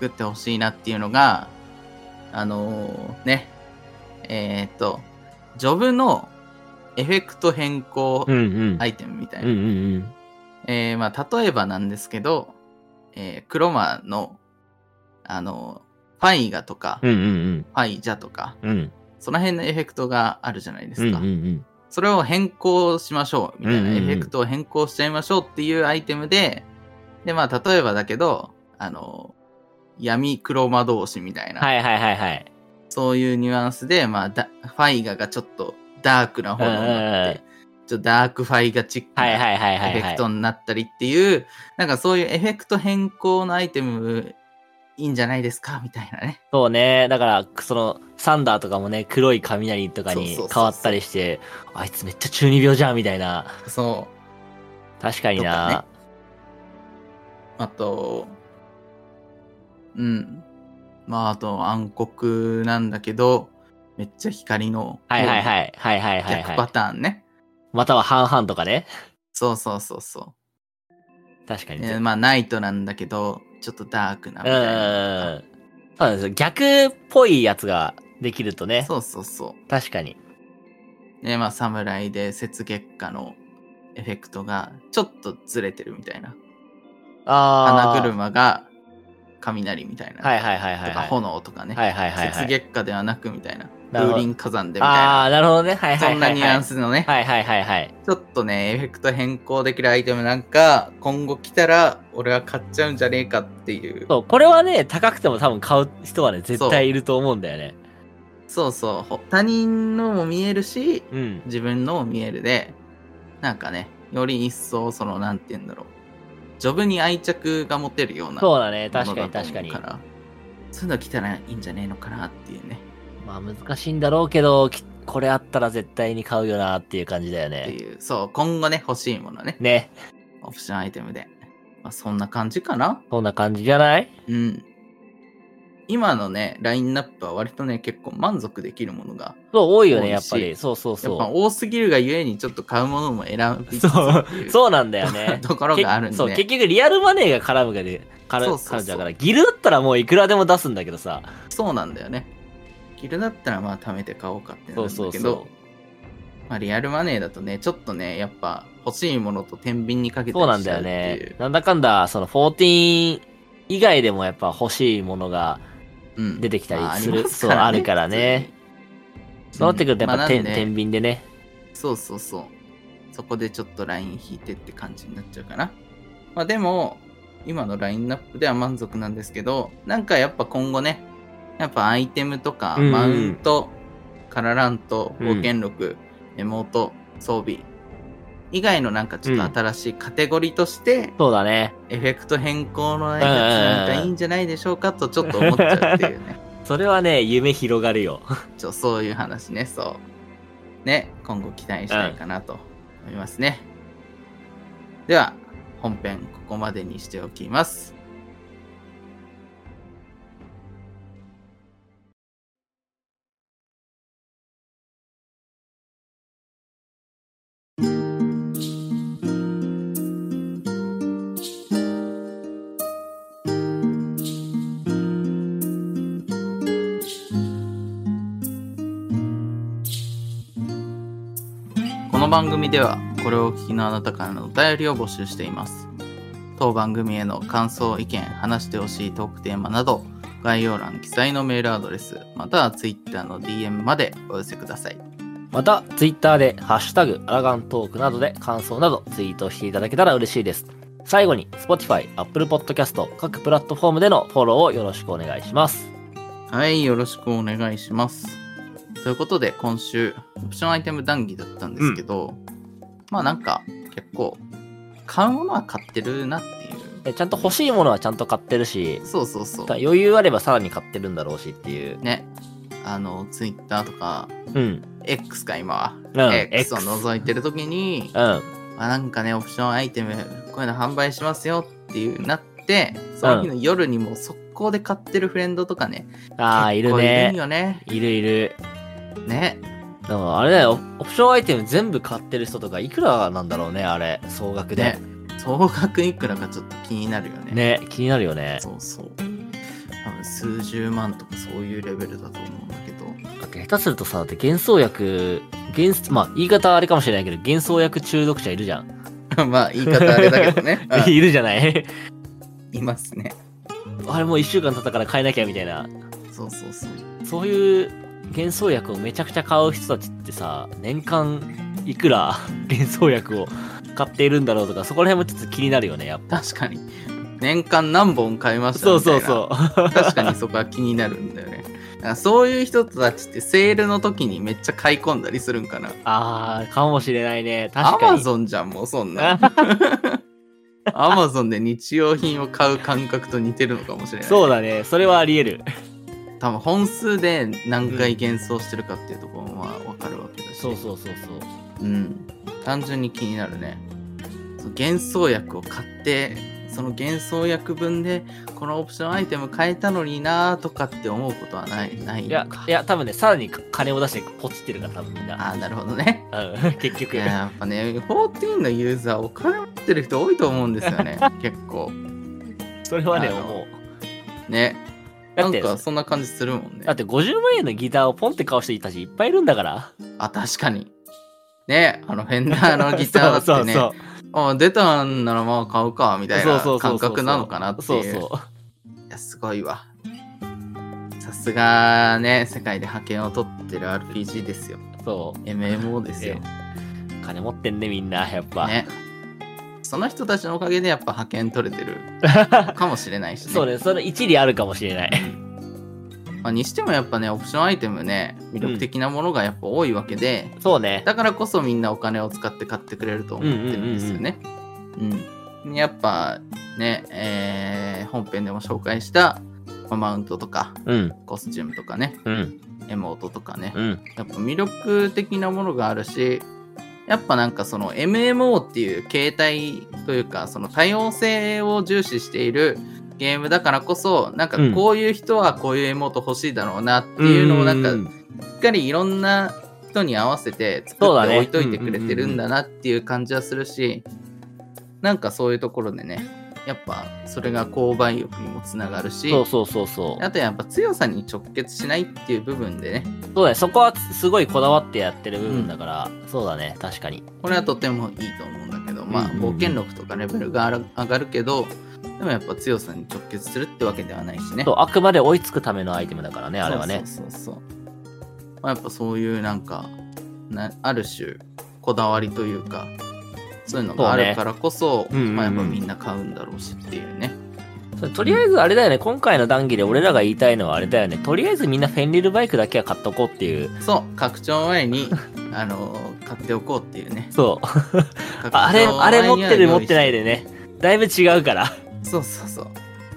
Speaker 1: 作ってほしいなっていうのが、あのーね、えーっと、ジョブのエフェクト変更
Speaker 2: うんうん。
Speaker 1: ア
Speaker 2: い。
Speaker 1: イテムみたい
Speaker 2: うん
Speaker 1: な。
Speaker 2: うんうん。
Speaker 1: えーまあ、例えばなんですけど、えークロマの、あのファイガとか、
Speaker 2: うんうん
Speaker 1: ファイジャとか、
Speaker 2: うん。うん。
Speaker 1: その辺のエフェクトがあるじゃないで
Speaker 2: うん
Speaker 1: すか。
Speaker 2: うんうん。
Speaker 1: それを変更しましょうみたいな、
Speaker 2: うんうんうん
Speaker 1: エフェクトを変更しちゃいましょうっていうアイテムで、で、まあ、例えばだけど、あの、闇黒魔導士みたいな、
Speaker 2: はいはいはいはい。
Speaker 1: そういうニュアンスで、まあ、だファイガがちょっとダークな方になっ
Speaker 2: うん
Speaker 1: て、ちょっとダークファイガチック
Speaker 2: は
Speaker 1: ない
Speaker 2: はいはいは
Speaker 1: エ
Speaker 2: い
Speaker 1: フェ
Speaker 2: はい
Speaker 1: ク。トになったりっていう、なんかそういうエフェクト変更のアイテムいいんじゃないですかみたいなね。
Speaker 2: そうね。だから、その、サンダーとかもね、黒い雷とか
Speaker 1: そう
Speaker 2: に
Speaker 1: そうそうそう
Speaker 2: 変わったりして、あいつめっちゃ中二病じゃんみたいな。
Speaker 1: そ
Speaker 2: 確かにな。
Speaker 1: う。あと、うん。まあ、あと暗黒なんだけど、めっちゃ光の
Speaker 2: はいはいはい。はいはいはい
Speaker 1: 逆パ
Speaker 2: はい。
Speaker 1: ターンね。
Speaker 2: または半々とかね。
Speaker 1: そうそうそうそ
Speaker 2: 確か
Speaker 1: う。
Speaker 2: に。
Speaker 1: えーまあ、ナイトなんだけど、ちょっとダークなみ
Speaker 2: う
Speaker 1: たいな。
Speaker 2: ん。そうなんですよ。逆っぽいやつができるとね。
Speaker 1: そうそうそ
Speaker 2: 確かに。
Speaker 1: う。で、まあ、侍で雪月花のエフェクトがちょっとずれてるみたいな。
Speaker 2: ああ。
Speaker 1: 花車が雷みたいな。
Speaker 2: はいはいはいはい
Speaker 1: とか
Speaker 2: はい。
Speaker 1: 炎とかね。
Speaker 2: はいはいはいはい。
Speaker 1: 雪月花ではなくみたいな。
Speaker 2: なるほど
Speaker 1: 風林火山でみたい
Speaker 2: あ
Speaker 1: な。
Speaker 2: あ、なるほどね。はいはいはい、はい。
Speaker 1: そんなニュアン。スのね、
Speaker 2: はいはいはいはい。
Speaker 1: ちょっとね、エフェクト変更できるアイテムなんか、今後来たら俺は買っちゃうんじゃねえかっていう。
Speaker 2: そう、これはね、高くても多分買う人はね、絶対いると思うんだよね。
Speaker 1: そうそうほ他人のも見えるし、
Speaker 2: うん。
Speaker 1: 自分のも見えるで、なんかね、より一層その、なんて言うんだろう。ジョブに愛着が持てるようなも
Speaker 2: そ
Speaker 1: の
Speaker 2: うだね。
Speaker 1: だと
Speaker 2: 確
Speaker 1: 思
Speaker 2: かに
Speaker 1: うから。
Speaker 2: 確かに。
Speaker 1: そういうの来たらいいんじゃねえのかなっていうね。
Speaker 2: まあ難しいんだろうけど、きこれあったら絶対に買うよなっていう感じだよ
Speaker 1: って
Speaker 2: ね。
Speaker 1: いう、そう、今後ね、欲しいものね、
Speaker 2: ね。
Speaker 1: オプションアイテムで。まあ、そんな感じかな
Speaker 2: そんな感じじゃない
Speaker 1: うん。今のね、ラインナップは割とね、結構満足できるものが、
Speaker 2: そう、多いよ
Speaker 1: 多い
Speaker 2: ね、
Speaker 1: し
Speaker 2: やっぱり。そうそう
Speaker 1: や
Speaker 2: そ
Speaker 1: っぱ
Speaker 2: う。
Speaker 1: 多すぎるがゆえにちょっと買うものも選びつつ
Speaker 2: そう
Speaker 1: ってい、 う。
Speaker 2: そうなんだよね
Speaker 1: ところがあるんで。
Speaker 2: そう、結局リアルマネーが絡むがで、から
Speaker 1: そうそうそう
Speaker 2: 絡んじゃうから、ギルだったらもういくらでも出すんだけどさ。
Speaker 1: そうなんだよね。ギルだったらまあ貯めて買おうかってな
Speaker 2: そ
Speaker 1: る
Speaker 2: うんそ
Speaker 1: だ
Speaker 2: う
Speaker 1: け
Speaker 2: そ
Speaker 1: ど、まあリアルマネーだとね、ちょっとね、やっぱ欲しいものと天秤にかけ
Speaker 2: う。
Speaker 1: て
Speaker 2: そうなん
Speaker 1: し
Speaker 2: だ
Speaker 1: ちゃう
Speaker 2: よ
Speaker 1: っていう
Speaker 2: ね。。なんだかんだ、その14以外でもやっぱ欲しいものが
Speaker 1: うん
Speaker 2: 出てきたり
Speaker 1: まああ
Speaker 2: する
Speaker 1: ます
Speaker 2: そうあるから
Speaker 1: 普通に
Speaker 2: ね。そうなってくるとや
Speaker 1: ま
Speaker 2: っぱ
Speaker 1: あ
Speaker 2: 天、
Speaker 1: なんで
Speaker 2: 天秤でね。
Speaker 1: そうそうそう。そこでちょっとライン引いてって感じになっちゃうかな。まあでも、今のラインナップでは満足なんですけど、なんかやっぱ今後ね、やっぱアイテムとか、
Speaker 2: うんうん
Speaker 1: マウント、カララント、
Speaker 2: うん
Speaker 1: 冒険録、エモート、装備、以外のなんかちょっと新しいカテゴリーとして、
Speaker 2: そうだね。
Speaker 1: エフェクト変更のやつなんかいいんじゃないでしょうかとちょっと思っちゃうっていうね。
Speaker 2: それはね、夢広がるよ。
Speaker 1: ちょそういう話ね、そう。ね、今後期待したいかなと思いますね。では、本編ここまでにしておきます。この番組ではこれをお聞きのあなたからのお便りを募集しています当番組への感想意見話してほしいトークテーマなど概要欄記載のメールアドレスまたは Twitter の DM までお寄せください
Speaker 2: また、ツイッターで、ハッシュタグ、アラガントークなどで感想などツイートしていただけたら嬉しいです。最後に、Spotify、Apple Podcast、各プラットフォームでのフォローをよろしくお願いします。
Speaker 1: はいよろしくお願いしますということで今週オプションアイテム談義だったんですけど、まあなんか結構買うものは買ってるなっていう
Speaker 2: えちゃんと欲しいものはちゃんと買ってるし、
Speaker 1: そうそうそう
Speaker 2: 余裕あればさらに買ってるんだろうしっていう。
Speaker 1: ねあの Twitter とか
Speaker 2: うん。
Speaker 1: X か今は
Speaker 2: うん。
Speaker 1: X を覗いてる時に、
Speaker 2: うん。
Speaker 1: まあ、なんかね、オプションアイテム、こういうの販売しますよっていうなって、その日の夜にもう速攻で買ってるフレンドとかね、
Speaker 2: ああ、い
Speaker 1: 結
Speaker 2: る
Speaker 1: 構いるん
Speaker 2: ね。
Speaker 1: よね。
Speaker 2: いるいる。
Speaker 1: ね。
Speaker 2: でもあれだよ、オプションアイテム全部買ってる人とかいくらなんだろうね、あれ。総額で
Speaker 1: ね。。総額いくらかちょっと気になるよね。。
Speaker 2: ね、気になるよね。
Speaker 1: そうそう。多分数十万とかそういうレベルだと思うんだけど。
Speaker 2: だって下手するとさ、だって幻想薬、幻、まあ言い方あれかもしれないけど、幻想薬中毒者いるじゃん。
Speaker 1: まあ、言い方あれだけど ね。うん
Speaker 2: いるじゃない
Speaker 1: いますね。
Speaker 2: あれもう一週間経ったから買えなきゃみたいな。
Speaker 1: そうそうそう。
Speaker 2: そういう幻想薬をめちゃくちゃ買う人たちってさ、年間いくら 連想薬を買っているんだろうとか、そこら辺もちょっと気になるよね、やっぱ。
Speaker 1: 確かに。年間何本買いました
Speaker 2: そうそう
Speaker 1: う。
Speaker 2: そ
Speaker 1: 確かにそこは気になるんだよね。だからそういう人たちってセールの時にめっちゃ買い込んだりするんかな。
Speaker 2: う。あー、かもしれないね。
Speaker 1: ア
Speaker 2: 確か
Speaker 1: マ
Speaker 2: に。
Speaker 1: ゾンじゃん、もうそんなん。アマゾンで日用品を買う感覚と似てるのかもしれない。
Speaker 2: そうだね。それはあり得る。
Speaker 1: 多分本数で何回幻想してるかっていうところは分かるわけだし。
Speaker 2: そうそうそうそう。
Speaker 1: うん、単純に気になるねそう幻想薬を買ってその幻想薬分でこのオプションアイテム変えたのになーとかって思うことはないない
Speaker 2: いや、いや、多分ね、さらに金を出してポチってるから、多分みんな。
Speaker 1: ああなるほどね
Speaker 2: うん、 結
Speaker 1: い
Speaker 2: 局。
Speaker 1: ややっぱね14のユーザーお金持ってる人多いと思うんですよ ね結構
Speaker 2: それはね、
Speaker 1: あの
Speaker 2: 思う。
Speaker 1: ね
Speaker 2: だ
Speaker 1: な
Speaker 2: っ
Speaker 1: ん
Speaker 2: て、
Speaker 1: かそんな感じするもんね
Speaker 2: だって50万円のギターをポンって買う人たちいっぱいいるんだから。
Speaker 1: あ確かにねあのフェンダーのギターだってね
Speaker 2: そう
Speaker 1: あ出たんならまあ買うかみたい
Speaker 2: そう
Speaker 1: な
Speaker 2: そうそうそうそう
Speaker 1: 感覚なのかなっていう
Speaker 2: そうそ
Speaker 1: いや、すごいわ。さすがね、世界で覇権を取ってる RPG ですよ。
Speaker 2: う。そう。
Speaker 1: MMO ですよ。
Speaker 2: 金持ってんね、みんな、やっぱ。
Speaker 1: ね。その人たちのおかげでやっぱ覇権取れてる かもしれないしね。
Speaker 2: そうね、それ一理あるかもしれない。
Speaker 1: まあ、にしてもやっぱね、オプションアイテムね、魅力的なものがやっぱ多いわけで、
Speaker 2: そうね。
Speaker 1: だからこそみんなお金を使って買ってくれると思ってるんですよね。うん。やっぱね、えー本編でも紹介した、まあマウントとか、
Speaker 2: うん、
Speaker 1: コスチュームとかね、
Speaker 2: うん、
Speaker 1: エモートとかね、
Speaker 2: うん。
Speaker 1: やっぱ魅力的なものがあるし、やっぱなんかその MMO っていう形態というか、その多様性を重視しているゲームだからこそ、なんか
Speaker 2: うん
Speaker 1: こういう人はこういうエモート欲しいだろうなっていうのをなんか、
Speaker 2: う
Speaker 1: しっかりいろんな人に合わせて作
Speaker 2: そう
Speaker 1: っ
Speaker 2: だ
Speaker 1: て
Speaker 2: ね
Speaker 1: 置いといてくれてるんだなっていう感じはするし、なんかそういうところでね、やっぱそれが購買欲にもつながるし、
Speaker 2: そうそうそうそう。
Speaker 1: あとやっぱ強さに直結しないっていう部分でね、
Speaker 2: そうだね、そこはすごいこだわってやってる部分だから、そうだね、確かに。
Speaker 1: これはとてもいいと思うんだけど、まあ、
Speaker 2: うんうんうん
Speaker 1: 冒険力とかレベルがあら上がるけど、でもやっぱ強さに直結するってわけではないしね。
Speaker 2: そう、あくまで追いつくためのアイテムだからね、
Speaker 1: そう
Speaker 2: あれはね。
Speaker 1: そうそうそうまあ、やっぱそういうなんか、なある種、こだわりというか、そういうのがあるからこそ、
Speaker 2: そうねうんうんうん
Speaker 1: まあ、やっぱみんな買うんだろうしっていうね。
Speaker 2: そうとりあえずあれだよね、今回の談義で俺らが言いたいのはあれだよね、とりあえずみんなフェンリルバイクだけは買っとこうっていう。
Speaker 1: そう、拡張前 に、あのー買っておこうっていうね。。
Speaker 2: そう。あれ、あれ持ってる持ってないいでね。だいぶ違うから。
Speaker 1: そうそうそう。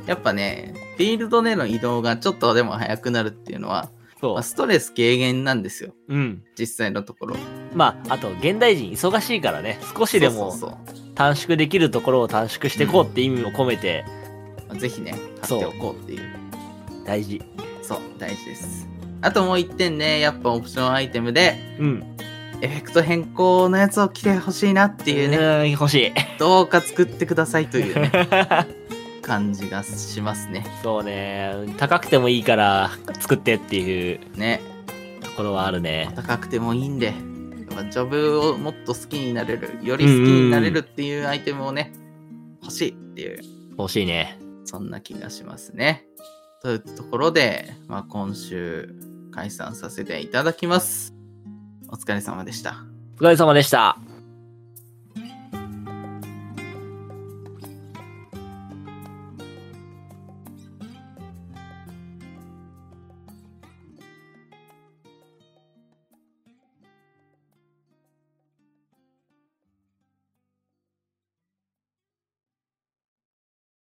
Speaker 1: やっぱね、フィールドでの移動がちょっとでも早くなるっていうのは、
Speaker 2: そ
Speaker 1: ま
Speaker 2: う
Speaker 1: あ、。ストレス軽減なんですよ
Speaker 2: うん。
Speaker 1: 実際のところ
Speaker 2: まあ、あと、現代人忙しいからね、少しでも
Speaker 1: そうそう
Speaker 2: 短縮できるところを短縮していこうって意味も込めて、
Speaker 1: そうぜひね買っておこうっていう
Speaker 2: 大事。
Speaker 1: そう大事ですあともう一点ねやっぱオプションアイテムで
Speaker 2: うん。
Speaker 1: エフェクト変更のやつを着てほしいなっていうね
Speaker 2: ね。欲しい。
Speaker 1: どうか作ってくださいという、ね、感じがしますね
Speaker 2: そうね。高くてもいいから作ってっていう
Speaker 1: ね
Speaker 2: ところはあるね。
Speaker 1: 高くてもいいんでやっぱジョブをもっと好きになれるより好きになれるっていうアイテムをね欲しいっていう
Speaker 2: 欲しいね。
Speaker 1: そんな気がしますね。というところで、まあ、今週解散させていただきます。お疲れ様でした。
Speaker 2: お疲れ様でした。